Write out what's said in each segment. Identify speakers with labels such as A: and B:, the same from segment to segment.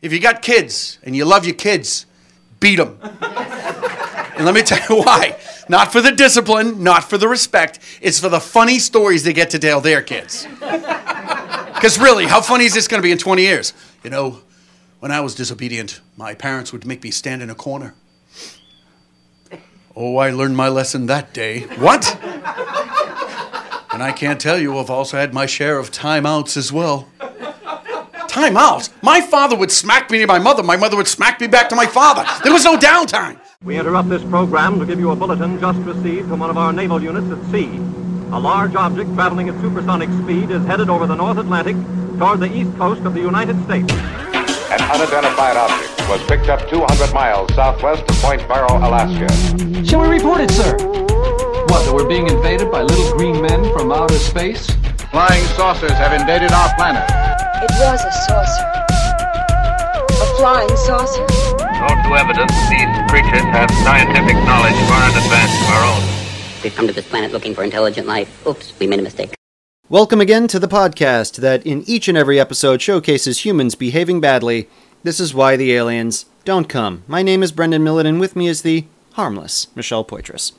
A: If you got kids and you love your kids, beat them. and let me tell you why. Not for the discipline, not for the respect. It's for the funny stories they get to tell their kids. Because really, how funny is this going to be in 20 years? You know, when I was disobedient, my parents would make me stand in a corner. Oh, I learned my lesson that day. What? And I can't tell you, I've also had my share of timeouts as well. Timeouts? My father would smack me to my mother. My mother would smack me back to my father. There was no downtime.
B: We interrupt this program to give you a bulletin just received from one of our naval units at sea. A large object traveling at supersonic speed is headed over the North Atlantic toward the east coast of the United States.
C: An unidentified object was picked up 200 miles southwest of Point Barrow, Alaska.
D: Shall we report it, sir? What, that we're being invaded by little green men from outer space?
C: Flying saucers have invaded our planet.
E: It was a saucer. A flying saucer.
F: Not to evidence, these creatures have scientific knowledge far in advance of our own.
G: We've come to this planet looking for intelligent life. Oops, we made a mistake.
H: Welcome again to the podcast that in each and every episode showcases humans behaving badly. This is why the aliens don't come. My name is Brendan Millett, and with me is the harmless Michelle Poitras.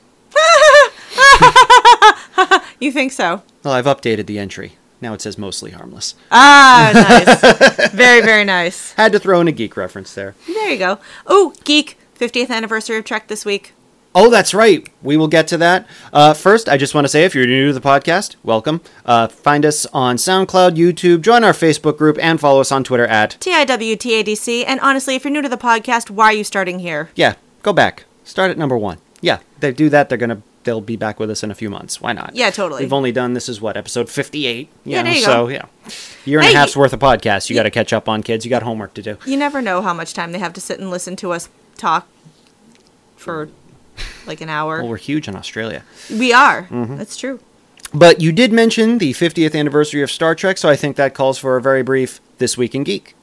I: You think so?
H: Well, I've updated the entry. Now it says mostly harmless.
I: Ah, nice. very, very nice.
H: Had to throw in a geek reference there.
I: There you go. Oh, geek. 50th anniversary of Trek this week.
H: Oh, that's right. We will get to that. Uh, first, I just want to say if you're new to the podcast, welcome. Uh, find us on SoundCloud, YouTube, join our Facebook group, and follow us on Twitter at.
I: TIWTADC. And honestly, if you're new to the podcast, why are you starting here?
H: Yeah, go back. Start at number one. Yeah, they do that. They're gonna. They'll be back with us in a few months. Why not?
I: Yeah, totally.
H: We've only done this is what episode fifty-eight.
I: Yeah, there you
H: so
I: go.
H: yeah, year and
I: Hey,
H: a half's
I: you-
H: worth of podcasts. You got to catch up on, kids. You got homework to do.
I: You never know how much time they have to sit and listen to us talk for like an hour.
H: Well, we're huge in Australia.
I: we are.
H: mm-hmm.
I: That's true.
H: But you did mention the 50th anniversary of Star Trek, so I think that calls for a very brief This Week in Geek.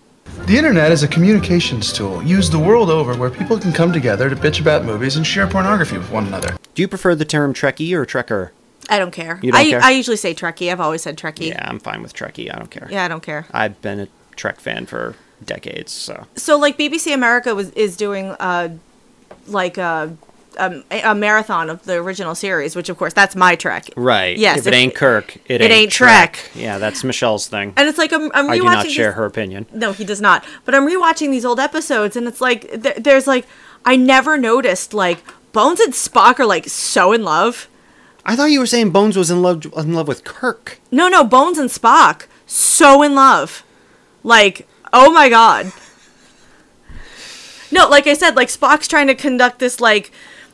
J: The internet is a communications tool used the world over where people can come together to bitch about movies and share pornography with one another.
H: Do you prefer the term Trekkie or Trekker?
I: I don't care.
H: You don't
I: I,
H: care?
I: I usually say Trekkie. I've always said Trekkie.
H: Yeah, I'm fine with Trekkie. I don't care.
I: Yeah, I don't care.
H: I've been a Trek fan for decades, so.
I: so like BBC America was is doing uh like a um, a a marathon of the original series, which of course that's my Trek.
H: Right.
I: Yes.
H: If it ain't Kirk, it,
I: it
H: ain't,
I: ain't
H: Trek.
I: Trek.
H: Yeah, that's Michelle's thing.
I: And it's like I'm, I'm rewatching.
H: I do not
I: these-
H: share her opinion.
I: No, he does not. But I'm rewatching these old episodes, and it's like th- there's like I never noticed like Bones and Spock are like so in love.
H: I thought you were saying Bones was in love in love with Kirk.
I: No, no, Bones and Spock so in love. Like oh my god. No, like I said, like Spock's trying to conduct this like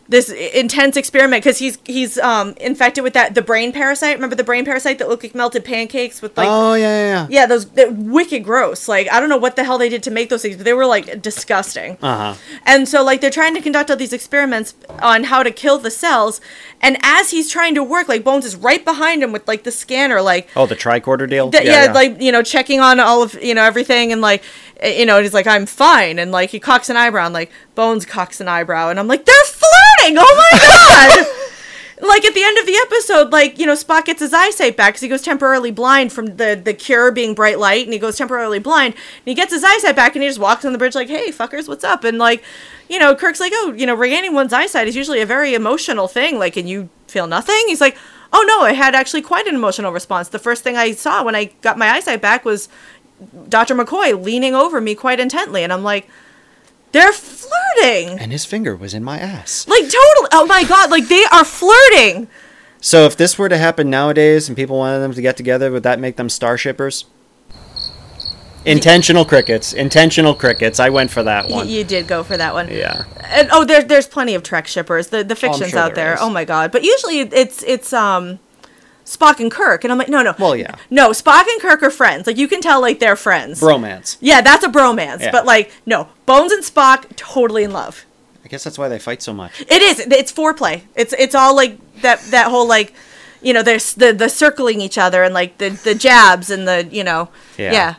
I: this i- intense experiment because he's he's um infected with that the brain parasite. Remember the brain parasite that looked like melted pancakes with like
H: oh, yeah, yeah, yeah.
I: Yeah, those they're wicked gross. Like I don't know what the hell they did to make those things, but they were like disgusting. Uh huh. And so like they're trying to conduct all these experiments on how to kill the cells, and as he's trying to work, like Bones is right behind him with like the scanner, like
H: Oh, the tricorder deal?
I: th- yeah, like you know checking on all of you know everything, and like eh, you know and he's like I'm fine, and like he cocks an eyebrow, and like Bones cocks an eyebrow, and I'm like they're flirting. Oh my god. like at the end of the episode, like you know, Spock gets his eyesight back because he goes temporarily blind from the the cure being bright light, and he goes temporarily blind, and he gets his eyesight back, and he just walks on the bridge like, "Hey, fuckers, what's up?" And like, you know, Kirk's like, "Oh, you know, regaining one's eyesight is usually a very emotional thing. Like, and you feel nothing." He's like. Oh no, I had actually quite an emotional response. The first thing I saw when I got my eyesight back was Dr. McCoy leaning over me quite intently, and I'm like, they're flirting!
H: And his finger was in my ass.
I: Like, totally! Oh my god, like, they are flirting!
H: So if this were to happen nowadays and people wanted them to get together, would that make them starshippers? Intentional crickets. Intentional crickets. I went for that
I: Y-
H: one.
I: You did go for that one.
H: Yeah.
I: And oh, there's there's plenty of Trek shippers. The the fiction's
H: sure
I: out
H: there
I: there.
H: is.
I: Oh my god. But usually it's it's um Spock and Kirk and I'm like, no no.
H: Well, yeah.
I: No, Spock and Kirk are friends. Like you can tell like they're friends.
H: Bromance.
I: Yeah, that's a bromance.
H: Yeah.
I: But like, no. Bones and Spock totally in love.
H: I guess that's why they fight so much.
I: It is. It's foreplay. It's it's all like that that whole like you know, there's the the circling each other and like the the jabs and the, you know.
H: Yeah.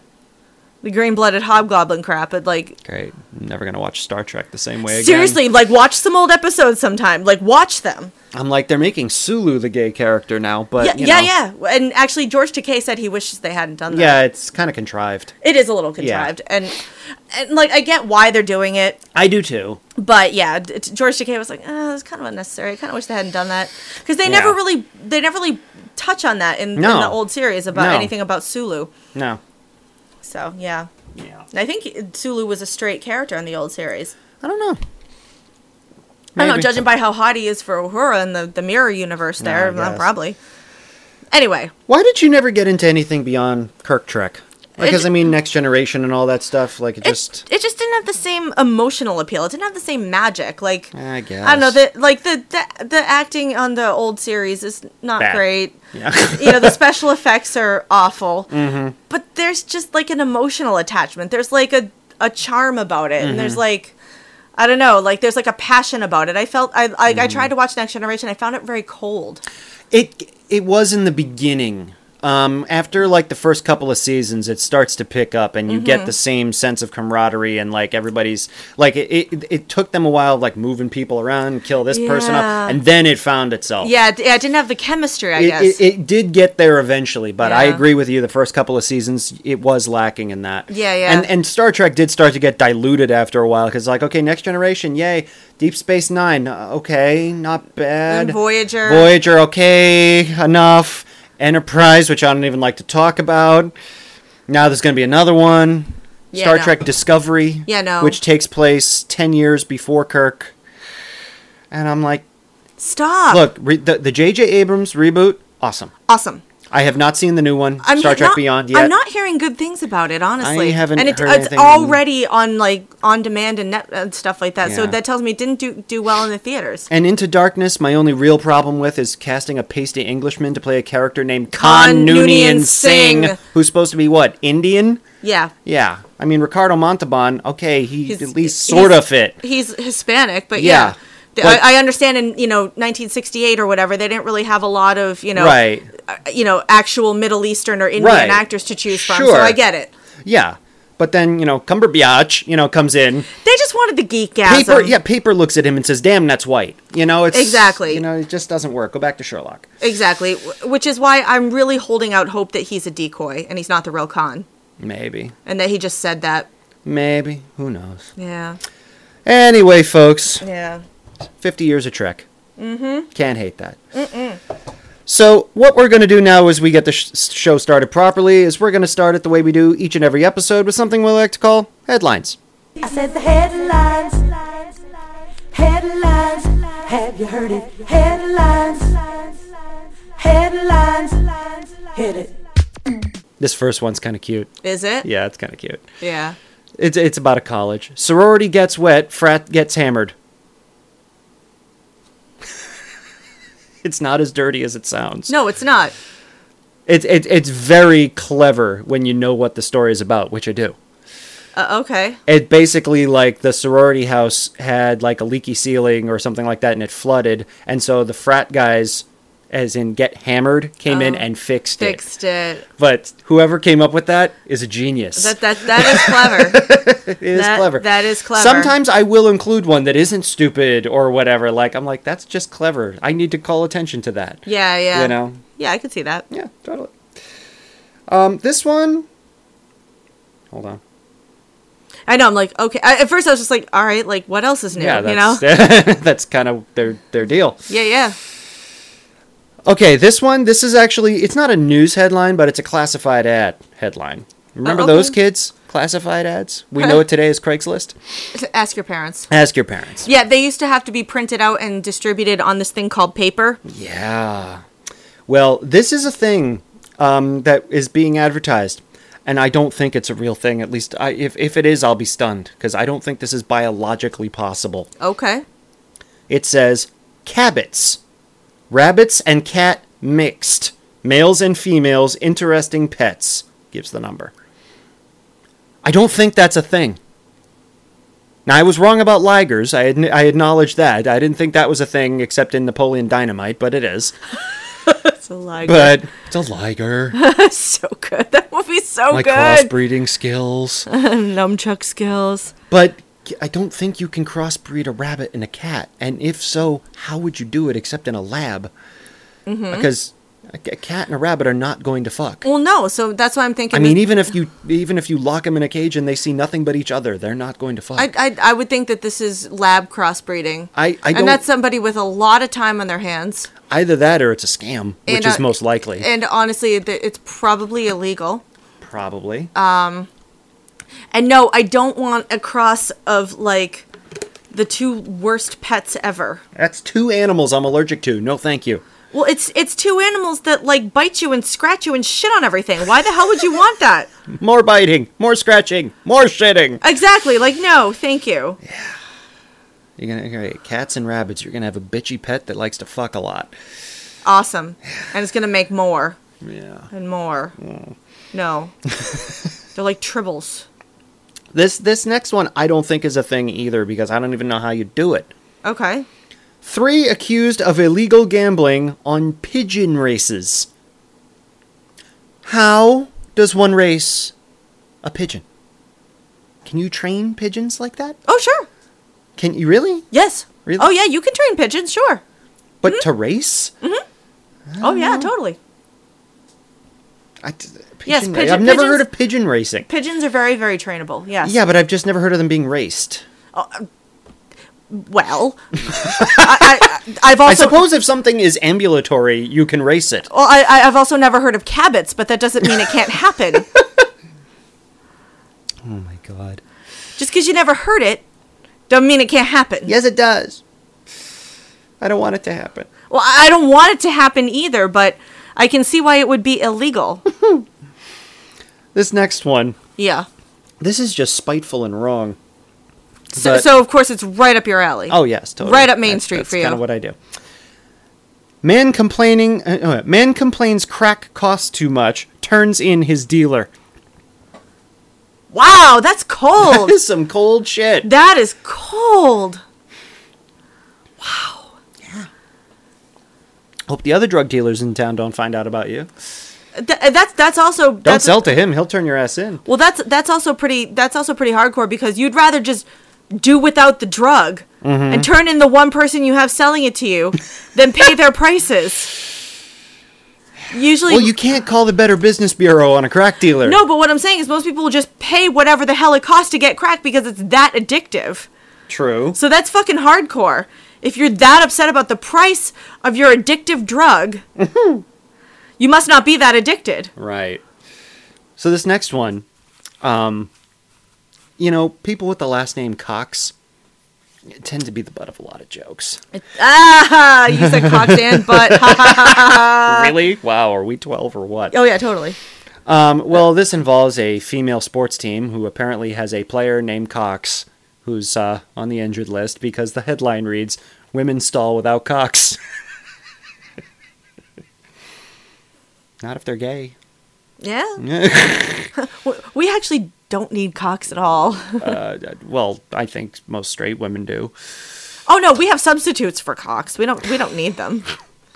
I: The green-blooded hobgoblin crap, but like
H: Great. never gonna watch Star Trek the same way again.
I: Seriously, like watch some old episodes sometime. Like watch them.
H: I'm like they're making Sulu the gay character now, but
I: yeah,
H: you
I: yeah,
H: know.
I: yeah. And actually, George Takei said he wishes they hadn't done that.
H: Yeah, it's kind of contrived.
I: it is a little
H: Yeah.
I: contrived, and and like I get why they're doing it,
H: I do too.
I: but yeah, d- t- George Takei was like, oh, it's kind of unnecessary. I kind of wish they hadn't done that because they never
H: Yeah.
I: really they never really touch on that in, in
H: No.
I: the old series about
H: No.
I: anything about Sulu.
H: No,
I: So yeah,
H: Yeah.
I: And I think Sulu was a straight character in the old series.
H: I don't know.
I: I don't
H: Maybe.
I: know, judging by how hot he is for Uhura in the, the mirror universe
H: No, I
I: there, well,
H: guess.
I: probably. Anyway,
H: Why did you never get into anything beyond Kirk Trek? Because
I: It-
H: I mean, Next Generation and all that stuff. Like it just.
I: it just didn't have the same emotional appeal. It didn't have the same magic. Like
H: I guess.
I: I don't know, the like the the, the acting on the old series is not
H: Bad.
I: great.
H: Yeah.
I: you know, the special effects are awful.
H: mm-hmm.
I: But there's just like an emotional attachment. There's like a a charm about it. And there's
H: Mm-hmm.
I: like I don't know, like there's like a passion about it. I felt I like
H: Mm-hmm.
I: I tried to watch Next Generation. I found it very cold.
H: It it was in the beginning. Um, after like the first couple of seasons, it starts to pick up, and you get
I: Mhm.
H: the same sense of camaraderie and like everybody's like it. It, it took them a while, like moving people around, kill this person
I: Yeah.
H: up, and then it found itself.
I: Yeah, d- yeah, I didn't have the chemistry, I
H: It,
I: guess.
H: it, it did get there eventually, but I
I: Yeah.
H: agree with you. The first couple of seasons, it was lacking in that.
I: Yeah, yeah.
H: And and Star Trek did start to get diluted after a while because like, okay, Next Generation, yay, Deep Space Nine, uh, okay, not bad.
I: And Voyager.
H: Voyager, okay, enough. Enterprise, which I don't even like to talk about. Now there's going to be another one.
I: Yeah,
H: Star
I: no.
H: Trek Discovery,
I: Yeah, no.
H: which takes place ten years before Kirk. And I'm like,
I: Stop.
H: look, re- the the J.J. Abrams reboot, awesome.
I: awesome.
H: I have not seen the new one,
I: I'm
H: Star
I: he-
H: Trek
I: not-
H: Beyond, yet.
I: I'm not hearing good things about it, honestly.
H: I haven't
I: and it,
H: heard
I: it's
H: anything.
I: already on like on demand and net and stuff like that. So
H: Yeah.
I: that tells me it didn't do do well in the theaters.
H: And Into Darkness, my only real problem with is casting a pasty Englishman to play a character named Khan
I: Khan
H: Noonien
I: Noonien Singh.
H: Singh, who's supposed to be what, Indian?
I: yeah,
H: Yeah. I mean, Ricardo Montalban, okay, he
I: He's-
H: at least
I: he's-
H: sort of fit.
I: he's Hispanic, but
H: Yeah,
I: yeah. The-
H: but-
I: I, I understand in you know 1968 or whatever they didn't really have a lot of you know
H: Right.
I: uh, you know actual Middle Eastern or Indian
H: Right.
I: actors to choose from so
H: Sure.
I: I get it
H: Yeah. But then, you know, Cumberbatch, you know, comes in.
I: they just wanted the geek
H: Paper, yeah, Paper looks at him and says, damn, that's white. You know, it's.
I: Exactly.
H: You know, it just doesn't work. Go back to Sherlock.
I: exactly wh- which is why I'm really holding out hope that he's a decoy and he's not the real Khan
H: Maybe.
I: and that he just said that
H: Maybe. Who knows?
I: yeah
H: Anyway, folks,
I: yeah
H: 50 years of Trek.
I: mm-hmm
H: Can't hate that. So, what we're going to do now is we get the sh- show started properly, is we're going to start it the way we do each and every episode with something we like to call headlines.
K: I said the headlines, headlines. Have you heard it? Headlines, headlines. Hit it.
H: This first one's kind of cute.
I: Is it?
H: Yeah, it's kind of cute.
I: yeah
H: It's, it's about a college. Sorority gets wet, frat gets hammered. it's not as dirty as it sounds.
I: no Oh, it's not
H: It's it, it's very clever when you know what the story is about, which I do.
I: uh, okay
H: it basically like the sorority house had like a leaky ceiling or something like that and it flooded and so the frat guys as in get hammered came in
I: Oh.
H: and fixed, it
I: fixed it
H: but whoever came up with that is a genius
I: that that that is clever
H: it is
I: that-
H: clever
I: that is clever.
H: sometimes i will include one that isn't stupid or whatever like i'm like that's just clever i need to call attention to that
I: yeah yeah
H: you know
I: yeah I could see that
H: yeah totally um this one hold on
I: I know I'm like okay I, at first I was just like all right like what else is new
H: yeah
I: you know
H: that's, that's kind of their their deal
I: yeah yeah
H: Okay, this one, this is actually, it's not a news headline, but it's a classified ad headline. Remember
I: okay.
H: those kids? Classified ads? We know it today as Craigslist.
I: ask your parents
H: Ask your parents.
I: yeah they used to have to be printed out and distributed on this thing called paper
H: Yeah. Well, this is a thing um, that is being advertised, and I don't think it's a real thing. At least, I, if, if it is, I'll be stunned, because I don't think this is biologically possible.
I: okay
H: It says cabbits, rabbits and cat mixed, males and females, interesting pets. Gives the number. I don't think that's a thing. Now I was wrong about ligers. I adn- I acknowledge that. I didn't think that was a thing except in Napoleon Dynamite, but it is.
I: it's a lie
H: But it's a liger.
I: so good that movie's so
H: My
I: good
H: crossbreeding skills.
I: nunchuck skills
H: But I don't think you can crossbreed a rabbit and a cat. And if so, how would you do it except in a lab?
I: Mhm.
H: Because a a cat and a rabbit are not going to fuck.
I: Well, no. So that's why I'm thinking.
H: I mean, e-
I: that-
H: even if you even if you lock them in a cage and they see nothing but each other, they're not going to fuck.
I: I, I I would think that this is lab crossbreeding.
H: I- I don't-
I: and that's somebody with a lot of time on their hands.
H: Either that or it's a scam, which
I: And,
H: is
I: uh,
H: most likely.
I: And honestly, th- it's probably illegal.
H: Probably.
I: Um, and no, I don't want a cross of like the two worst pets ever.
H: That's two animals I'm allergic to. No, thank you.
I: Well, it's it's two animals that like bite you and scratch you and shit on everything. Why the hell would you want that?
H: More biting, more scratching, more shitting.
I: Exactly. Like no, thank you.
H: You're gonna, you're gonna get cats and rabbits. You're gonna have a bitchy pet that likes to fuck a lot.
I: Awesome. And it's gonna make more
H: Yeah.
I: and more.
H: Mm.
I: No, they're like tribbles.
H: This this next one I don't think is a thing either because I don't even know how you do it.
I: Okay.
H: Three accused of illegal gambling on pigeon races. How does one race a pigeon? Can you train pigeons like that?
I: Oh sure.
H: Can you really?
I: Yes.
H: Really?
I: Oh yeah, you can train pigeons, sure.
H: But
I: Hmm?
H: to race?
I: Oh yeah, totally.
H: I, pigeon
I: Yes,
H: ra-
I: pigeon-
H: I've never
I: pigeons-
H: heard of pigeon racing.
I: Pigeons are very very trainable. Yes.
H: Yeah, but I've just never heard of them being raced.
I: Well, I, I, I've
H: I
I: also
H: suppose if something is ambulatory, you can race it.
I: Well, I, I- I've also never heard of cabots, but that doesn't mean it can't happen.
H: Oh my god.
I: Just because you never heard it, doesn't mean it can't happen.
H: Yes, it does. I don't want it to happen.
I: Well, I I don't want it to happen either, but I can see why it would be illegal.
H: This next one,
I: yeah.
H: this is just spiteful and wrong.
I: So,
H: But-
I: so of course it's right up your alley.
H: Oh yes, totally.
I: Right up Main Street for you.
H: Kind of what I do. Man complaining. Uh, uh, man complains crack costs too much. Turns in his dealer.
I: Wow, that's cold.
H: That is some cold shit.
I: That is cold. Wow.
H: Hope the other drug dealers in town don't find out about you.
I: Th- that's that's also
H: Don't
I: that's
H: sell to him. He'll turn your ass in.
I: Well, that's that's also pretty that's also pretty hardcore because you'd rather just do without the drug
H: Mhm.
I: and turn in the one person you have selling it to you than pay their prices. Usually
H: Well, you can't call the Better Business Bureau on a crack dealer.
I: No, but what I'm saying is most people will just pay whatever the hell it costs to get crack because it's that addictive.
H: True.
I: So that's fucking hardcore. If you're that upset about the price of your addictive drug, you must not be that addicted.
H: Right. So this next one, um, you know, people with the last name Cox tend to be the butt of a lot of jokes.
I: Ah, you said cocked and butt. Ha, ha, ha, ha.
H: really? Wow. Are we twelve or what?
I: Oh yeah, totally.
H: Um, well, this involves a female sports team who apparently has a player named Cox who's uh, on the injured list because the headline reads "Women stall without Cox." Not if they're gay.
I: Yeah. W- we actually don't need cocks at all.
H: uh, well, I think most straight women do.
I: oh no, we have substitutes for cocks. We don't. We don't need them.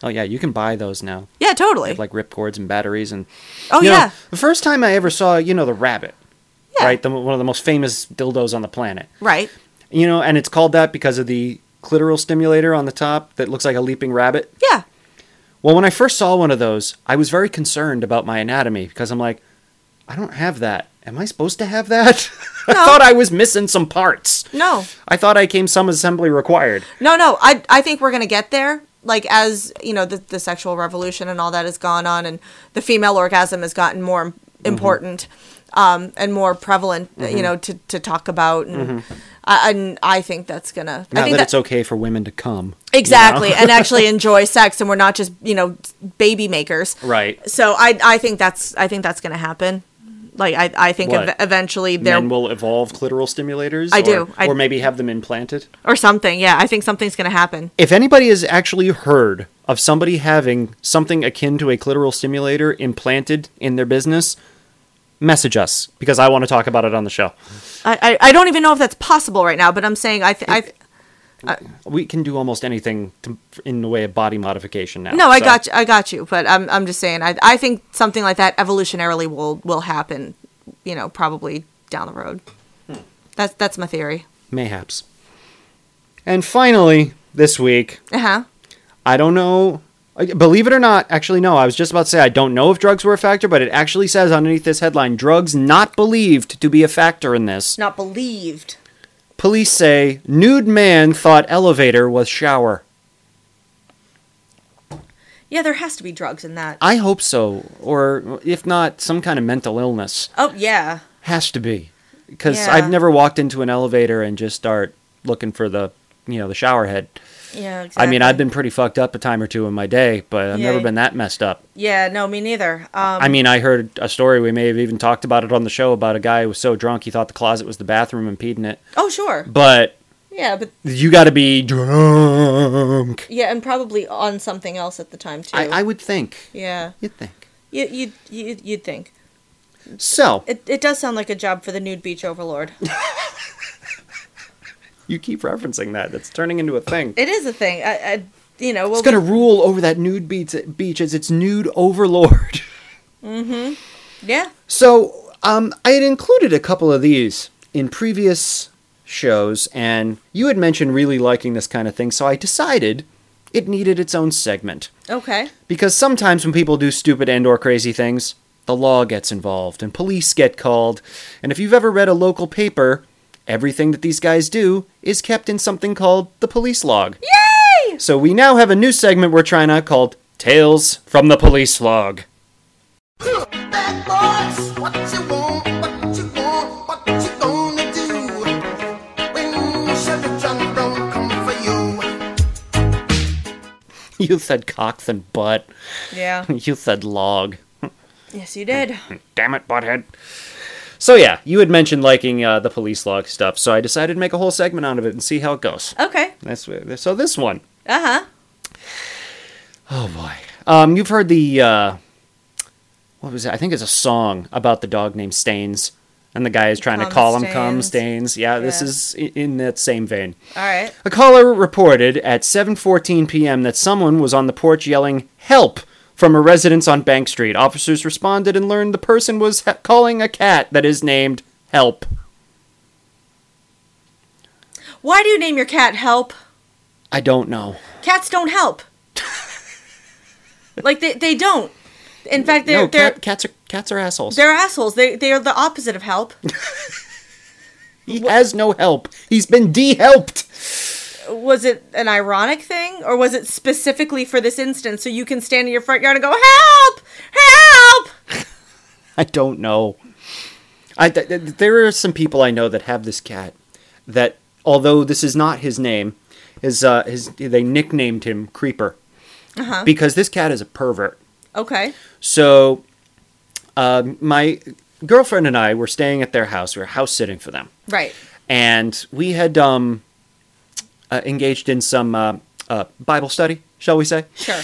H: Oh yeah, you can buy those now.
I: Yeah,
H: They
I: totally.
H: have like rip cords and batteries and.
I: Oh,
H: You know,
I: yeah.
H: the first time I ever saw, you know, the rabbit, right? The, one of the most famous dildos on the planet.
I: Right.
H: You know, and it's called that because of the clitoral stimulator on the top that looks like a leaping rabbit.
I: Yeah.
H: Well, when I first saw one of those, I was very concerned about my anatomy because I'm like, I don't have that. Am I supposed to have that? I thought I was missing some parts.
I: No.
H: I thought I came some assembly required.
I: No, no. I I think we're gonna get there. Like as you know, the the sexual revolution and all that has gone on, and the female orgasm has gotten more im-
H: Mm-hmm.
I: important, um, and more prevalent. uh,
H: Mhm.
I: You know, to to talk about,
H: Mhm.
I: and I and I think that's gonna. I
H: Now that,
I: think
H: it's okay for women to come. you know?
I: Exactly, and actually enjoy sex, and we're not just you know baby makers.
H: right.
I: So I I think that's I think that's gonna happen. Like I I think
H: What?
I: ev- eventually there
H: Men will evolve clitoral stimulators.
I: I
H: or,
I: do. I-
H: or maybe have them implanted.
I: or something. Yeah, I think something's gonna happen.
H: If anybody has actually heard of somebody having something akin to a clitoral stimulator implanted in their business, message us because I want to talk about it on the show.
I: I I, I don't even know if that's possible right now, but I'm saying I th- I.
H: we can do almost anything to, in the way of body modification now.
I: No, I
H: so-
I: got you. I got you. But I'm I'm just saying. I I think something like that evolutionarily
H: Hmm.
I: will will happen. You know, probably down the road. That's that's my theory.
H: Mayhaps. And finally, this week,
I: Uh huh.
H: I don't know. I- Believe it or not, actually, no, I was just about to say I don't know if drugs were a factor, but it actually says underneath this headline drugs not believed to be a factor in this.
I: Not believed.
H: Police say nude man thought elevator was shower.
I: Yeah, there has to be drugs in that.
H: I hope so, or if not, some kind of mental illness.
I: Oh yeah.
H: Has to be. Because
I: Yeah.
H: I've never walked into an elevator and just start looking for the, you know, the shower head.
I: Yeah.
H: I mean, I've been pretty fucked up a time or two in my day, but I've
I: Yeah,
H: never
I: y-
H: been that messed up.
I: Yeah. No, me neither. Um,
H: I mean, I heard a story, we may have even talked about it on the show, about a guy who was so drunk he thought the closet was the bathroom and peed in it.
I: Oh sure.
H: But
I: Yeah, but
H: you got to be drunk.
I: yeah, and probably on something else at the time too.
H: I, I would think.
I: Yeah.
H: You'd think.
I: You you you you'd think.
H: So,
I: It it does sound like a job for the nude beach overlord.
H: you keep referencing that. That's turning into a thing.
I: it is a thing. I, I you know. We'll
H: it's going to rule over that nude beach, beach as its nude overlord.
I: Mm hmm. Yeah.
H: So um, I had included a couple of these in previous shows, and you had mentioned really liking this kind of thing, so I decided it needed its own segment.
I: Okay.
H: Because sometimes when people do stupid and or crazy things, the law gets involved and police get called. And if you've ever read a local paper, everything that these guys do is kept in something called the police log.
I: Yay!
H: So we now have a new segment we're trying out called Tales from the Police Log.
L: Bad boys, what you want, what you want, what you gonna do? When Sheriff John Brown come for you.
H: you said cocks and butt.
I: Yeah.
H: you said log.
I: Yes, you did.
H: Damn it, butthead. So yeah, you had mentioned liking uh, the police log stuff, so I decided to make a whole segment out of it and see how it goes.
I: Okay.
H: That's wh- so. This one,
I: Uh huh.
H: oh boy, um, you've heard the uh, what was it? I think it's a song about the dog named Stains, and the guy is trying
I: Cum
H: to call him
I: Stains.
H: Cum Stains. Yeah, this
I: Yeah.
H: is i- in that same vein.
I: All right.
H: A caller reported at 7:14 p.m. that someone was on the porch yelling "help" from a residence on Bank Street. Officers responded and learned the person was ha- calling a cat that is named Help.
I: Why do you name your cat Help?
H: I don't know.
I: Cats don't help. like they they don't. In fact, they're
H: no,
I: they're
H: cat, cats are cats are assholes.
I: they're assholes. They they are the opposite of help.
H: He has no help. He's been de-helped.
I: Was it an ironic thing, or was it specifically for this instance? So you can stand in your front yard and go help, help.
H: I don't know. I th- th- there are some people I know that have this cat that although this is not his name, is uh his they nicknamed him Creeper
I: Uh huh.
H: because this cat is a pervert.
I: okay.
H: So, um, my girlfriend and I were staying at their house. We were house sitting for them,
I: Right.
H: and we had um, uh, engaged in some uh, uh, Bible study, shall we say?
I: Sure.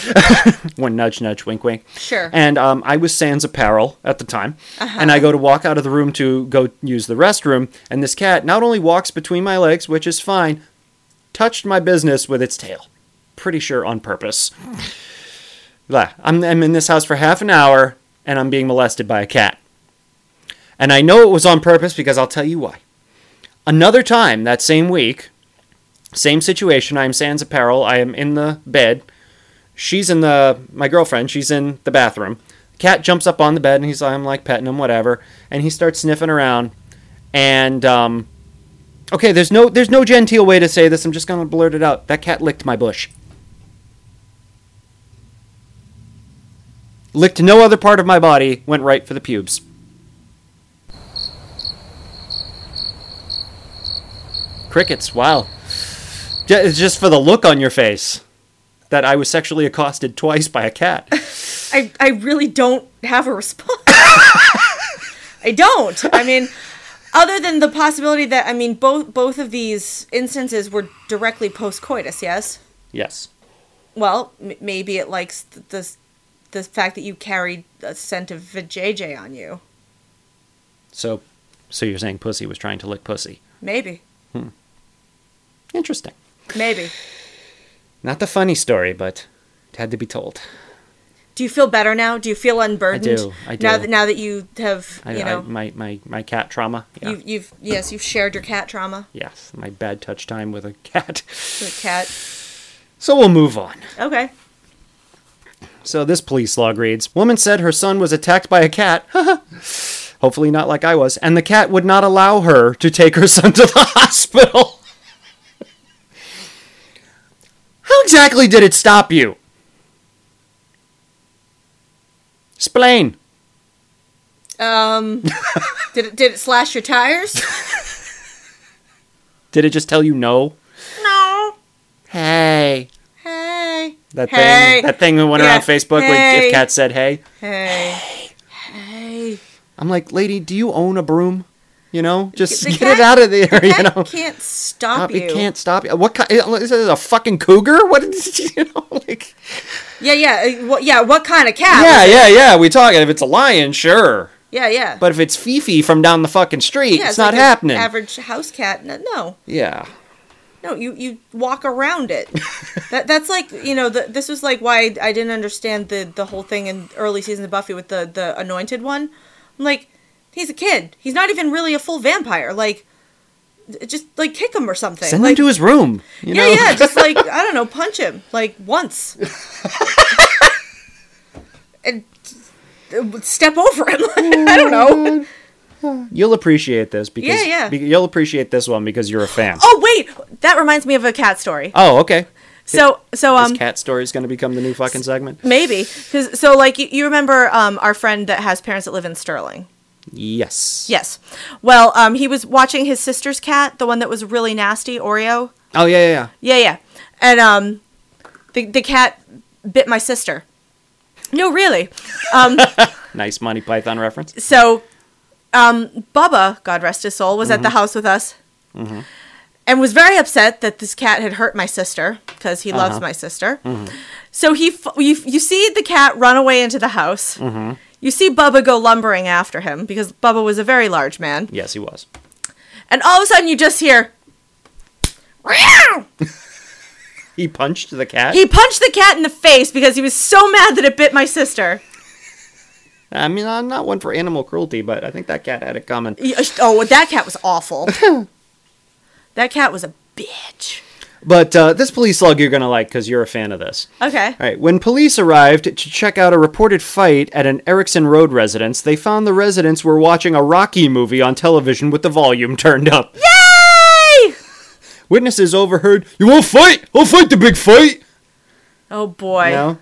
H: One nudge, nudge, wink, wink.
I: Sure.
H: And um, I was sans apparel at the time,
I: Uh-huh.
H: and I go to walk out of the room to go use the restroom, and this cat not only walks between my legs, which is fine, touched my business with its tail. Pretty sure on purpose. Lah, I'm, I'm in this house for half an hour and I'm being molested by a cat. And I know it was on purpose because I'll tell you why. Another time that same week, same situation, I am sans apparel, I am in the bed. She's in the, my girlfriend, she's in the bathroom. Cat jumps up on the bed and he's, I'm like petting him, whatever. And he starts sniffing around. And, um, okay, there's no, there's no genteel way to say this. I'm just going to blurt it out. That cat licked my bush. licked no other part of my body, went right for the pubes. Crickets, wow. Ju- It's just for the look on your face that I was sexually accosted twice by a cat.
I: I I really don't have a response. I don't. I mean, other than the possibility that I mean both both of these instances were directly post coitus. Yes.
H: Yes.
I: Well, m- maybe it likes th- the s- the fact that you carried a scent of vajayjay on you.
H: So, so you're saying pussy was trying to lick pussy?
I: Maybe.
H: Hmm. Interesting.
I: Maybe.
H: Not the funny story, but it had to be told.
I: Do you feel better now? Do you feel unburdened?
H: do, I
I: Now
H: do.
I: that now that you have,
H: I,
I: you
H: I,
I: know,
H: my, my, my cat trauma. Yeah.
I: you've, you've yes, you've shared your cat trauma
H: yes, my bad touch time with a cat.
I: with a cat.
H: So we'll move on.
I: Okay.
H: So this police log reads Woman said her son was attacked by a cat. Hopefully, not like I was. And the cat would not allow her to take her son to the hospital. How exactly did it stop you? Splain.
I: Um, did it did it slash your tires?
H: Did it just tell you no?
I: No.
H: Hey.
I: Hey.
H: That
I: Hey.
H: thing that thing that went
I: Yeah.
H: around Facebook when
I: Hey.
H: if cat said hey.
I: Hey. Hey.
H: I'm like, lady, do you own a broom? You know? Just
I: The
H: get
I: cat-
H: it out of there,
I: the
H: you
I: cat
H: know.
I: can't stop
H: Stop-
I: you.
H: It can't stop you. What kind? Is it a fucking cougar? What is you know? Like,
I: Yeah, yeah, uh, what, yeah. What kind of cat?
H: yeah, yeah, yeah. We talking if it's a lion, sure.
I: yeah, yeah.
H: But if it's Fifi from down the fucking street,
I: yeah,
H: it's, not
I: like an
H: happening.
I: Average house cat. No, no,
H: yeah.
I: no. You you walk around it. that that's like you know. The, this was like why I didn't understand the the whole thing in early season of Buffy with the the anointed one. I'm like, he's a kid. He's not even really a full vampire. Like, d- just like kick him or something.
H: Send
I: like,
H: him to his room. You
I: yeah,
H: know?
I: yeah, just like I don't know, punch him like once, and uh, step over him. I don't
H: Oh
I: know.
H: You'll appreciate this because
I: Yeah, yeah.
H: be- you'll appreciate this one because you're a fan.
I: Oh wait, that reminds me of a cat story.
H: Oh, okay.
I: So so um
H: this cat story is going to become the new fucking segment.
I: maybe 'Cause- so like you, you remember um our friend that has parents that live in Sterling.
H: Yes.
I: Yes. Well, um he was watching his sister's cat, the one that was really nasty, Oreo.
H: Oh yeah, yeah, yeah.
I: Yeah, yeah. And um the the cat bit my sister. No, really. Um
H: Nice Monty Python reference.
I: so um Bubba, God rest his soul, was at the
H: Mhm.
I: house with us
H: Mm-hmm.
I: and was very upset that this cat had hurt my sister because he loves
H: Uh-huh.
I: my sister.
H: Mm-hmm.
I: So he, f- you, you see the cat run away into the house.
H: Mm-hmm.
I: You see Bubba go lumbering after him because Bubba was a very large man.
H: Yes, he was.
I: And all of a sudden you just hear, "Meow!"
H: He punched the cat.
I: he punched the cat in the face because he was so mad that it bit my sister.
H: I mean, I'm not one for animal cruelty, but I think that cat had it coming.
I: Y- Oh, that cat was awful. that cat was a bitch.
H: But uh, this police log you're going to like because you're a fan of this.
I: Okay.
H: All right. When police arrived to check out a reported fight at an Erickson Road residence, they found the residents were watching a Rocky movie on television with the volume turned up.
I: Yay!
H: Witnesses overheard, "You won't fight? I'll fight the big fight."
I: Oh boy.
H: You know?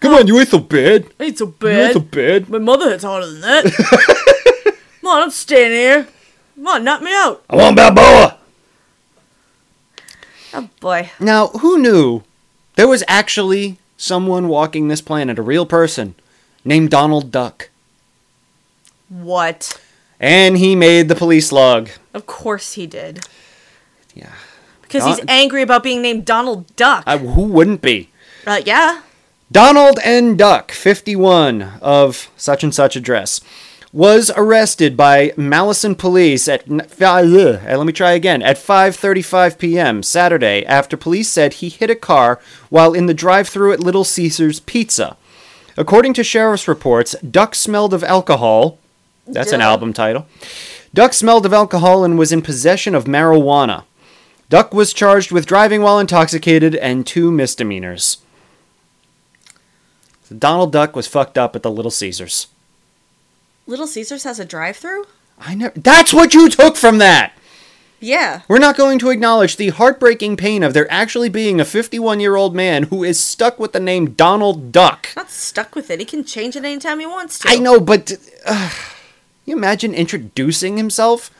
H: Come on, you ain't so bad.
I: It's a
H: You ain't
I: bad.
H: so bad.
I: My mother hits harder than that. Come on, I'm staying here. Come on, knock me out.
H: I want Balboa.
I: Oh boy.
H: Now, who knew there was actually someone walking this planet, a real person named Donald Duck,
I: What?
H: and he made the police log.
I: Of course he did.
H: Yeah.
I: Because he's
H: Don-
I: angry about being named Donald Duck.
H: I, who wouldn't be?
I: Uh, yeah.
H: Donald N. Duck, 51, of such and such address, was arrested by Malison police at. n- f- uh, ugh. Uh, Let me try again. At 5:35 p.m. Saturday, after police said he hit a car while in the drive-through at Little Caesar's Pizza. According to sheriff's reports, Duck smelled of alcohol. That's an
M: Duh.
H: album title. Duck smelled of alcohol and was in possession of marijuana. Duck was charged with driving while intoxicated and two misdemeanors. So Donald Duck was fucked up at the Little Caesars.
I: Little Caesars has a drive through?
H: I never. That's what you took from that!
I: Yeah.
H: We're not going to acknowledge the heartbreaking pain of there actually being a 51 year old man who is stuck with the name Donald Duck.
I: Not stuck with it. He can change it anytime he wants to.
H: I know, but. Uh, you imagine introducing himself?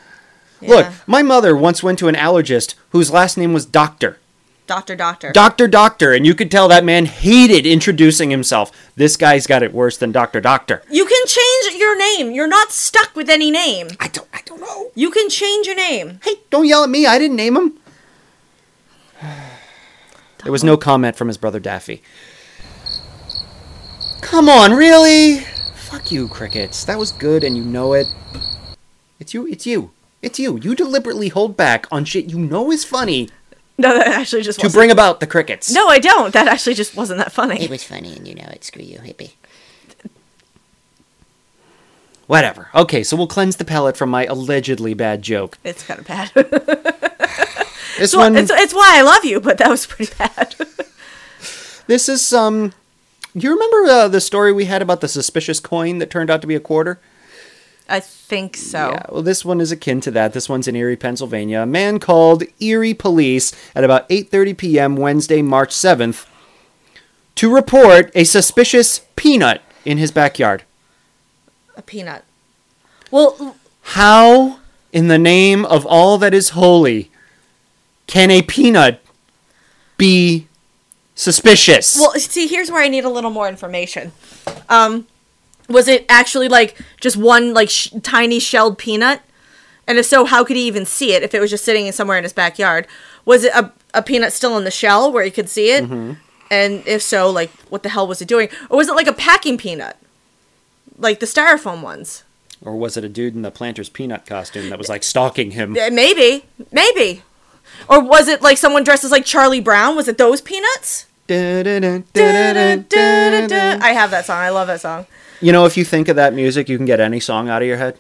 I: Yeah.
H: Look, my mother once went to an allergist whose last name was Doctor.
I: Doctor, doctor.
H: Doctor Doctor, and you could tell that man hated introducing himself. This guy's got it worse than Doctor Doctor.
I: You can change your name. You're not stuck with any name. I don't. I don't know. You can change your name.
H: Hey, don't yell at me. I didn't name him. There was no comment from his brother Daffy. Come on, really? Fuck you, crickets. That was good and you know it. It's you, it's you. It's you. You deliberately hold back on shit you know is funny
I: No, that actually just
H: to
I: wasn't.
H: bring about the crickets.
I: No, I don't. That actually just wasn't that funny.
H: It was funny, and you know it. Screw you, hippie. Whatever. Okay, so we'll cleanse the palate from my allegedly bad joke.
I: It's kind of bad.
H: This
I: So
H: one.
I: It's, it's why I love you, but that was pretty bad.
H: This is um. You remember uh, the story we had about the suspicious coin that turned out to be a quarter?
I: I think so.
H: Yeah, well, this one is akin to that. This one's in Erie, Pennsylvania. A man called Erie Police at about 8:30 p.m. Wednesday, March 7th, to report a suspicious peanut in his backyard.
I: A peanut. Well,
H: How, in the name of all that is holy, can a peanut be suspicious?
I: well, see, here's where I need a little more information. Um, was it actually like just one like sh- tiny shelled peanut? And if so, how could he even see it if it was just sitting somewhere in his backyard? Was it a, a peanut still in the shell where he could see it?
H: Mhm.
I: And if so, like what the hell was it doing? Or was it like a packing peanut? Like the styrofoam ones?
H: Or was it a dude in the planter's peanut costume that was like stalking him?
I: Yeah, Uh, Maybe. Maybe. Or was it like someone dressed as like Charlie Brown? Was it those peanuts?
H: Da-da-da, da-da-da.
I: Da-da-da. I have that song. I love that song.
H: You know, if you think of that music, you can get any song out of your head.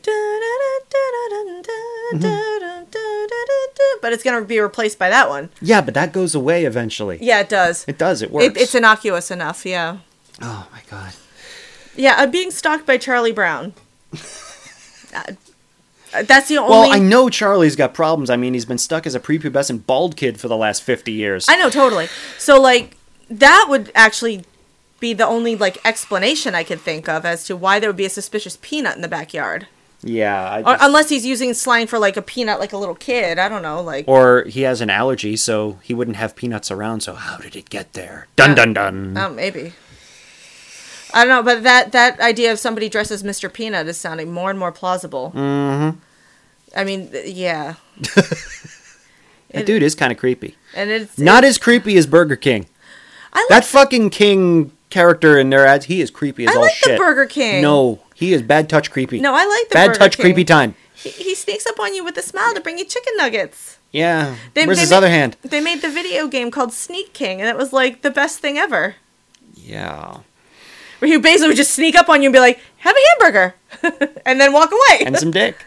H: Mm-hmm. But
I: it's going to be replaced by that one.
H: Yeah, but that goes away eventually.
I: Yeah, it does.
H: It does. It works.
I: It, it's innocuous enough, yeah.
H: oh my god.
I: Yeah, I'm being stalked by Charlie Brown. Uh, That's the only.
H: Well, I know Charlie's got problems. I mean, he's been stuck as a prepubescent bald kid for the last fifty years.
I: I know totally. So like that would actually be the only like explanation I could think of as to why there would be a suspicious peanut in the backyard.
H: Yeah. I
I: Or,
H: just-
I: unless he's using slang for like a peanut like a little kid, I don't know, like
H: or he has an allergy, so he wouldn't have peanuts around. So how did it get there? Dun dun dun.
I: oh, maybe. I don't know, but that that idea of somebody dressed as Mr. Peanut is sounding more and more plausible.
H: Mm-hmm.
I: I mean, th- yeah.
H: That dude is kind of creepy.
I: And it's
H: Not as creepy as Burger King.
I: I like
H: that fucking King character in their ads. He is creepy as all
I: like the
H: shit.
I: Burger King.
H: No, he is bad touch creepy.
I: No, I like the
H: bad
I: Burger
H: touch
I: King.
H: creepy time.
I: He, he sneaks up on you with a smile to bring you chicken nuggets.
H: Yeah.
I: They-
H: Where's
I: they
H: his
I: ma-
H: other hand?
I: They made the video game called Sneak King, and it was like the best thing ever.
H: Yeah.
I: Where he basically would just sneak up on you and be like, "Have a hamburger," and then walk away.
H: And some dick.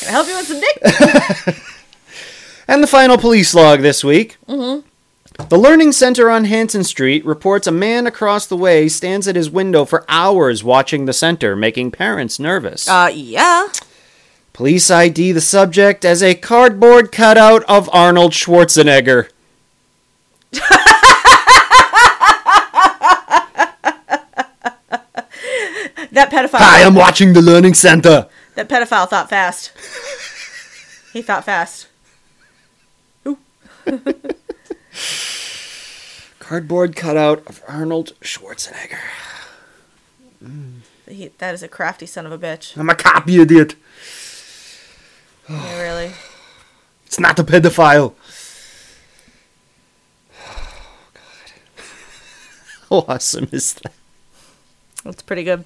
I: Can I help you with some dick?
H: And the final police log this week.
I: hmm
H: The Learning Center on Hanson Street reports a man across the way stands at his window for hours watching the center, making parents nervous.
I: Uh, yeah.
H: Police ID the subject as a cardboard cutout of Arnold Schwarzenegger.
I: That pedophile.
H: I am watching the Learning Center.
I: That pedophile thought fast. he thought fast.
H: Cardboard cutout of Arnold Schwarzenegger.
I: He, that is a crafty son of a bitch.
H: I'm a cop, you idiot.
I: Yeah, really.
H: It's not a pedophile. Oh, God. How awesome is that?
I: That's pretty good.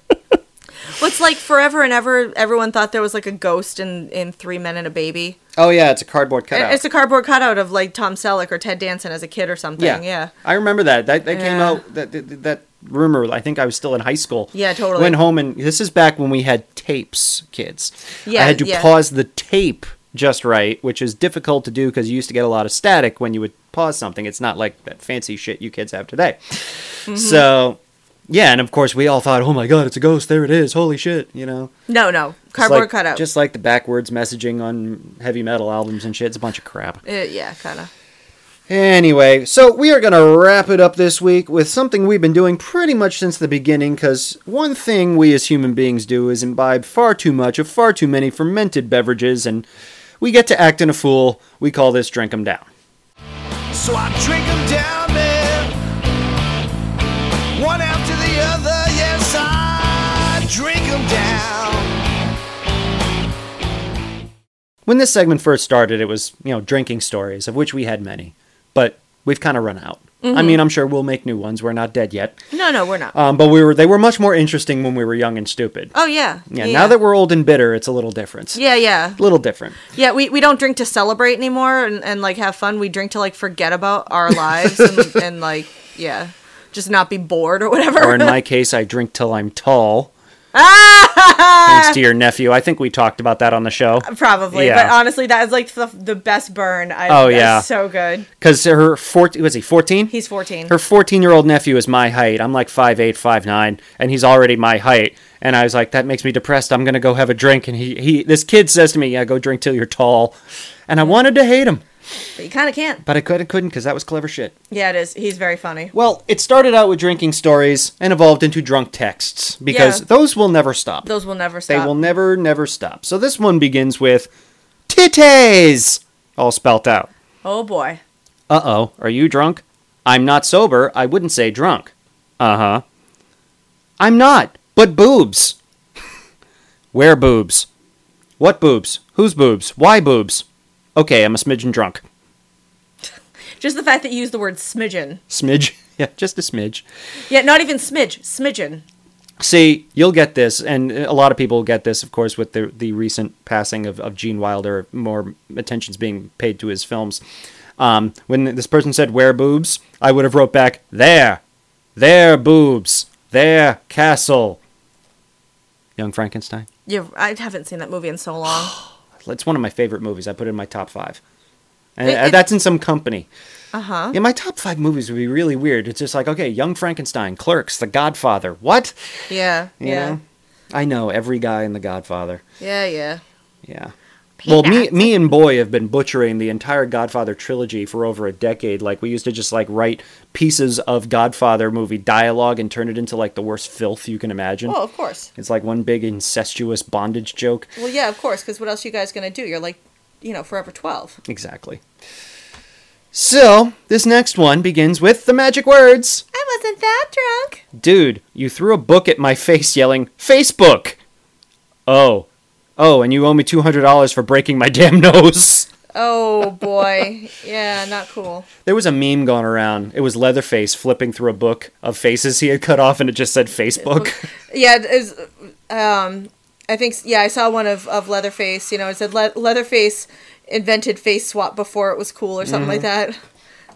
I: What's like forever and ever? Everyone thought there was like a ghost in in Three Men and a Baby.
H: Oh, yeah, it's a cardboard cutout.
I: It's a cardboard cutout of like Tom Selleck or Ted Danson as a kid or something. yeah.
H: I remember that. That, that came
I: Yeah.
H: out. That, that that rumor. I think I was still in high school.
I: Yeah, totally.
H: Went home and this is back when we had tapes, kids.
I: Yeah,
H: I had to
I: yeah.
H: pause the tape just right, which is difficult to do because you used to get a lot of static when you would pause something. It's not like that fancy shit you kids have today.
I: Mhm.
H: So, yeah, and of course we all thought, oh my god, it's a ghost. There it is. Holy shit, you know.
I: No, no,
H: Just
I: cardboard
H: like-
I: cutout.
H: Just like the backwards messaging on heavy metal albums and shit. It's a bunch of crap.
I: Uh, yeah, kind of.
H: Anyway, so we are going to wrap it up this week with something we've been doing pretty much since the beginning because one thing we as human beings do is imbibe far too much of far too many fermented beverages and we get to act in a fool. We call this drink 'em down.
L: So I drink 'em down, man. One after the other, yes, I drink 'em down.
H: When this segment first started, it was, you know, drinking stories, of which we had many, but we've kind of run out. I
I: Mhm.
H: mean, I'm sure we'll make new ones. We're not dead yet.
I: No, no, we're not.
H: Um, but we were they were much more interesting when we were young and stupid.
I: oh yeah.
H: Yeah, now that we're old and bitter, it's a little different.
I: Yeah, yeah.
H: little different.
I: Yeah, we, we don't drink to celebrate anymore and, and like have fun. We drink to like forget about our lives and, and like yeah, just not be bored or whatever.
H: or in my case, I drink till I'm tall.
I: ah!
H: Thanks to your nephew. I think we talked about that on the show.
I: Probably,
H: Yeah.
I: but honestly, that is like the, the best burn. I,
H: Oh,
I: that's
H: yeah.
I: so good.
H: Because her 14, was he 14?
I: He's 14.
H: Her 14 year old nephew is my height. I'm like 5'8, 5'9, and he's already my height. And I was like, that makes me depressed. I'm going to go have a drink. And he, he, this kid says to me, yeah, go drink till you're tall. And I wanted to hate him,
I: But you kind of can't.
H: but I couldn't, couldn't because that was clever shit.
I: Yeah, it is. He's very funny.
H: Well, it started out with drinking stories and evolved into drunk texts because
I: Yeah.
H: those will never stop.
I: Those will never
H: They
I: stop.
H: will never, never stop. So this one begins with titties, all spelt out.
I: Oh boy.
H: Uh oh, are you drunk? I'm not sober. I wouldn't say drunk. Uh huh. I'm not, but boobs. Where boobs? What boobs? Whose boobs? Why boobs? Okay, I'm a smidgen drunk.
I: Just the fact that you use the word smidgen.
H: Smidge? Yeah, just a smidge.
I: Yeah, not even smidge. Smidgen.
H: See, you'll get this, and a lot of people will get this, of course, with the the recent passing of, of Gene Wilder, more attention's being paid to his films. Um, when this person said "where boobs," I would have wrote back "there, their boobs, their castle." Young Frankenstein.
I: Yeah, I haven't seen that movie in so long.
H: It's one of my favorite movies. I put it in my top five, and uh,
I: It- it-
H: that's in some company.
I: Uh huh.
H: Yeah, my top five movies would be really weird. It's just like, okay, Young Frankenstein, Clerks, The Godfather. What?
I: Yeah.
H: You
I: yeah.
H: know? I know every guy in The Godfather.
I: Yeah. Yeah.
H: Yeah. Well, me, me and boy have been butchering the entire Godfather trilogy for over a decade. Like we used to just like write pieces of Godfather movie dialogue and turn it into like the worst filth you can imagine.
I: Well, of course.
H: It's like one big incestuous bondage joke.
I: Well, yeah, of course. Because what else you guys gonna do? You're like, you know, forever twelve.
H: Exactly. So this next one begins with the magic words.
I: I wasn't that drunk.
H: Dude, you threw a book at my face yelling, Facebook! Oh. Oh, and you owe me $200 for breaking my damn nose.
I: Oh boy. yeah, not cool.
H: There was a meme going around. It was Leatherface flipping through a book of faces he had cut off, and it just said Facebook.
I: Yeah, it was, um, I think yeah, I saw one of, of Leatherface. You know, it said Le- Leatherface invented face swap before it was cool or something like
H: Mhm.
I: that.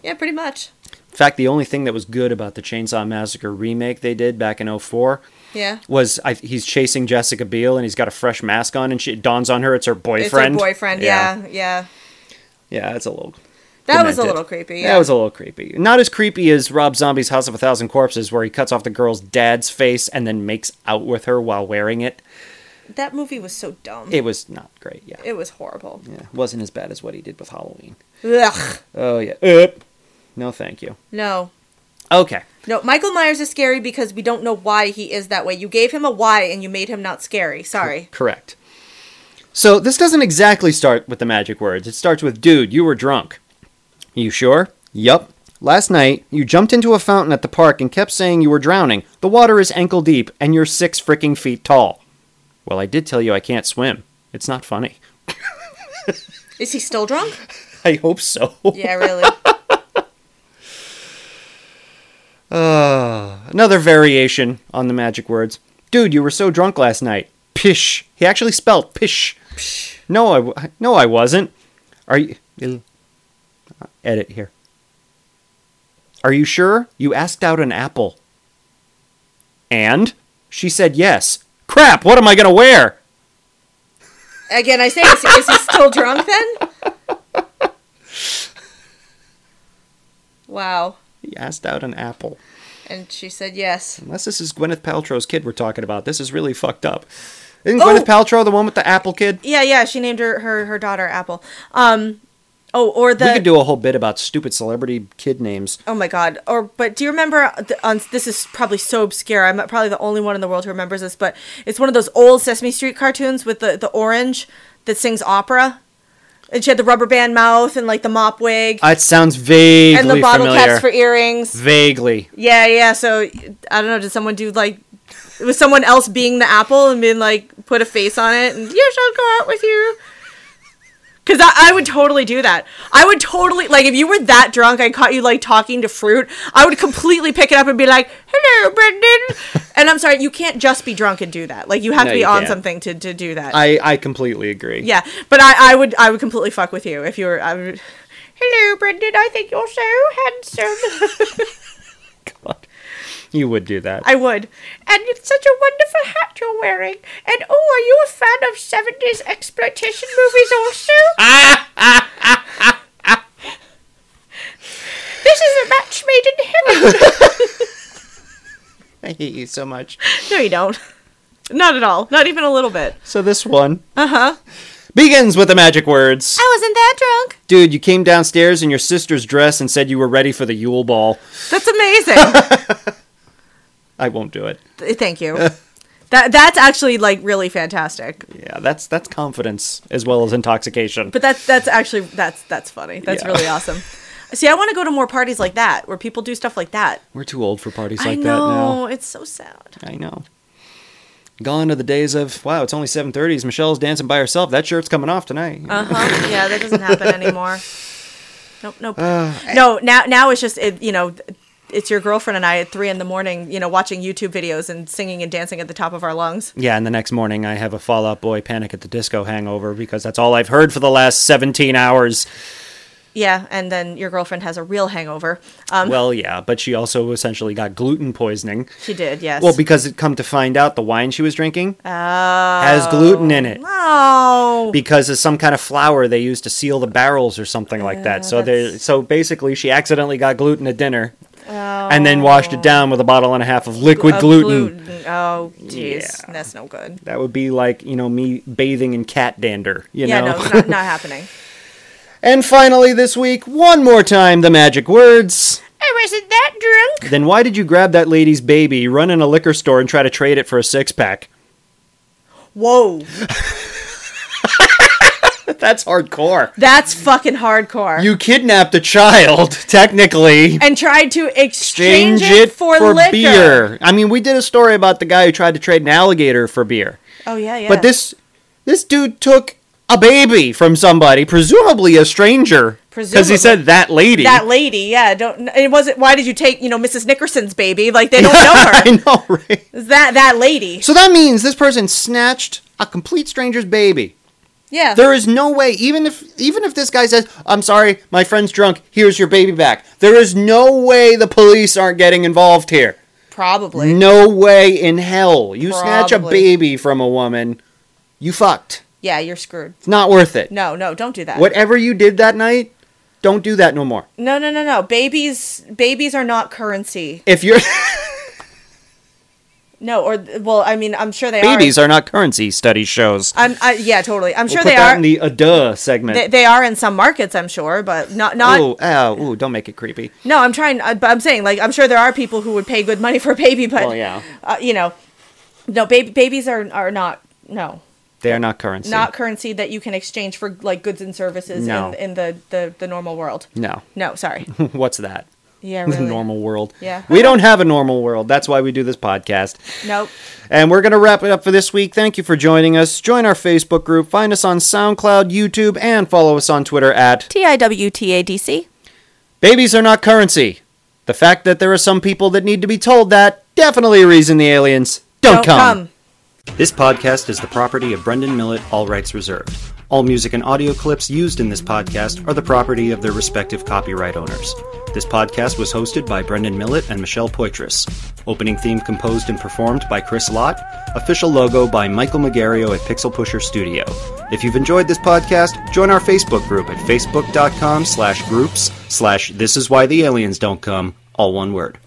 I: Yeah, pretty much.
H: In fact, the only thing that was good about the Chainsaw Massacre remake they did back in 04
I: Yeah.
H: was I, he's chasing Jessica Biel, and he's got a fresh mask on, and she it dawns on her it's her boyfriend.
I: It's her boyfriend. Yeah, yeah.
H: Yeah, that's a little.
I: That was a
H: demented.
I: little creepy. Yeah.
H: That was a little creepy. Not as creepy as Rob Zombie's House of a Thousand Corpses, where he cuts off the girl's dad's face and then makes out with her while wearing it.
I: that movie was so dumb.
H: It was not great. Yeah,
I: Mm-hmm. It was horrible.
H: yeah, wasn't as bad as what he did with Halloween.
I: Ugh.
H: Oh yeah. Oop. No, thank you.
I: No.
H: Okay.
I: No, Michael Myers is scary because we don't know why he is that way. You gave him a why and you made him not scary. Sorry.
H: Correct. So this doesn't exactly start with the magic words. It starts with, dude, you were drunk. You sure? Yup. Last night, you jumped into a fountain at the park and kept saying you were drowning. The water is ankle deep and you're six freaking feet tall. Well, I did tell you I can't swim. It's not funny.
I: Is he still drunk?
H: I hope so.
I: yeah, really.
H: Uh, another variation on the magic words. Dude, you were so drunk last night. Pish. He actually spelled pish. No, I w- no, I wasn't. Are you? it'll- Edit here. Are you sure? You asked out an apple. And she said yes. Crap! What am I gonna wear?
I: Again, I say, is he, is he still drunk then? Wow.
H: He asked out an apple.
I: And she said yes.
H: Unless this is Gwyneth Paltrow's kid we're talking about. This is really fucked up. Isn't Gwyneth Paltrow the one with the apple kid?
I: Yeah, yeah. She named her her, her daughter Apple. Um, oh, or the
H: we could do a whole bit about stupid celebrity kid names.
I: Oh my god! Or but do you remember? uh, The, on, this is probably so obscure. I'm probably the only one in the world who remembers this, but it's one of those old Sesame Street cartoons with the the orange that sings opera, and she had the rubber band mouth and like the mop wig
H: Uh, It sounds vaguely
I: and the bottle
H: familiar.
I: caps for earrings.
H: Vaguely.
I: Yeah, yeah. So I don't know. Did someone do like? Was someone else being the apple and being like put a face on it and you shall go out with you? Cause I, I would totally do that. I would totally like if you were that drunk, I caught you like talking to fruit. I would completely pick it up and be like, "Hello, Brendan." And I'm sorry, you can't just be drunk and do that. Like you have
H: No,
I: to be
H: you
I: on
H: can't.
I: something to, to do that.
H: I, I completely agree.
I: yeah, but I, I would I would completely fuck with you if you were. I would, Hello, Brendan. I think you're so handsome.
H: You would do that.
I: I would. And it's such a wonderful hat you're wearing. And oh, are you a fan of 70s exploitation movies also? this is a match made in heaven.
H: I hate you so much.
I: no, you don't. Not at all. Not even a little bit.
H: So this one
I: Uh huh.
H: begins with the magic words.
I: I wasn't that drunk.
H: Dude, you came downstairs in your sister's dress and said you were ready for the Yule Ball.
I: That's amazing.
H: I won't do it.
I: Th- Thank you. That that's actually like really fantastic.
H: Yeah, that's that's confidence as well as intoxication.
I: But that's that's actually that's that's funny. That's
H: Yeah.
I: really awesome. See, I want to go to more parties like that where people do stuff like that.
H: We're too old for parties
I: I
H: like
I: know. It's so sad.
H: that now. I know. Gone are the days of wow, it's only 7:30s. Michelle's dancing by herself. That shirt's coming off tonight.
I: Uh huh. Yeah, that doesn't happen anymore. Nope, nope.
H: Uh,
I: no, now now it's just it, you know, it's your girlfriend and I at three in the morning, you know, watching YouTube videos and singing and dancing at the top of our lungs.
H: Yeah, and the next morning I have a Fallout Boy Panic at the Disco hangover because that's all I've heard for the last 17 hours.
I: Yeah, and then your girlfriend has a real hangover. Um,
H: well, yeah, but she also essentially got gluten poisoning.
I: she did, yes.
H: Well, because it come to find out the wine she was drinking
I: oh,
H: has
I: has
H: gluten in it
I: Oh,
H: because of some kind of flour they use to seal the barrels or something like that. So they so basically she accidentally got gluten at dinner and then washed it down with a bottle and a half of liquid
I: Oh. Of
H: gluten.
I: Oh, jeez, that's no good.
H: That would be like, you know, me bathing in cat dander, you
I: yeah,
H: know.
I: no, not, not happening.
H: And finally, this week, one more time, the magic words.
I: I wasn't that drunk.
H: Then why did you grab that lady's baby, run in a liquor store, and try to trade it for a six pack?
I: Whoa,
H: That's hardcore.
I: that's fucking hardcore.
H: You kidnapped a child, technically.
I: and tried to exchange,
H: Change
I: it, for, liquor.
H: beer. I mean, we did a story about the guy who tried to trade an alligator for beer.
I: Oh yeah, yeah.
H: But this this dude took a baby from somebody, presumably a stranger, because
I: Presumably.
H: he said that lady.
I: That lady, yeah. Don't. It wasn't. Why did you take you know Mrs. Nickerson's baby? Like they don't know her.
H: I know, right?
I: It's that that lady.
H: So that means this person snatched a complete stranger's baby.
I: Yeah.
H: There is no way, even if even if this guy says, "I'm sorry, my friend's drunk. Here's your baby back." There is no way the police aren't getting involved here.
I: Probably.
H: No way in hell. You snatch a
I: Probably.
H: baby from a woman, you fucked.
I: Yeah, you're screwed.
H: It's not worth it.
I: No, no, don't do that.
H: Whatever you did that night, don't do that no more.
I: No, no, no, no. Babies, babies are not currency.
H: If you're
I: No, or well, I mean, I'm sure they
H: babies
I: are.
H: are not currency, study shows.
I: I'm. I, yeah, totally. I'm
H: We'll
I: sure
H: put
I: they
H: that
I: are.
H: in the uh, duh segment.
I: they, they are in some markets, I'm sure, but not not.
H: ooh, ow, ooh, don't make it creepy.
I: No, I'm trying. I- But I'm saying, like, I'm sure there are people who would pay good money for a baby, but
H: Well, yeah.
I: uh, you know, no, baby, babies are are not no.
H: They are not currency.
I: not currency that you can exchange for like goods and services
H: No.
I: in, in the, the, the normal world.
H: No.
I: No, sorry.
H: What's that?
I: Yeah,
H: The
I: really.
H: normal world.
I: Yeah.
H: We don't have a normal world. That's why we do this podcast.
I: Nope.
H: And we're going to wrap it up for this week. Thank you for joining us. Join our Facebook group, find us on SoundCloud, YouTube, and follow us on Twitter at
I: T I W T A D C.
H: Babies Are Not Currency. The fact that there are some people that need to be told that definitely a reason the aliens don't,
I: Don't
H: come. This podcast is the property of Brendan Millett, all rights reserved. All music and audio clips used in this podcast are the property of their respective copyright owners. This podcast was hosted by Brendan Millett and Michelle Poitras. Opening theme composed and performed by Chris Lott. Official logo by Michael Magario at Pixel Pusher Studio. If you've enjoyed this podcast, join our Facebook group at facebook.com slash groups slash this is why the aliens don't come, all one word.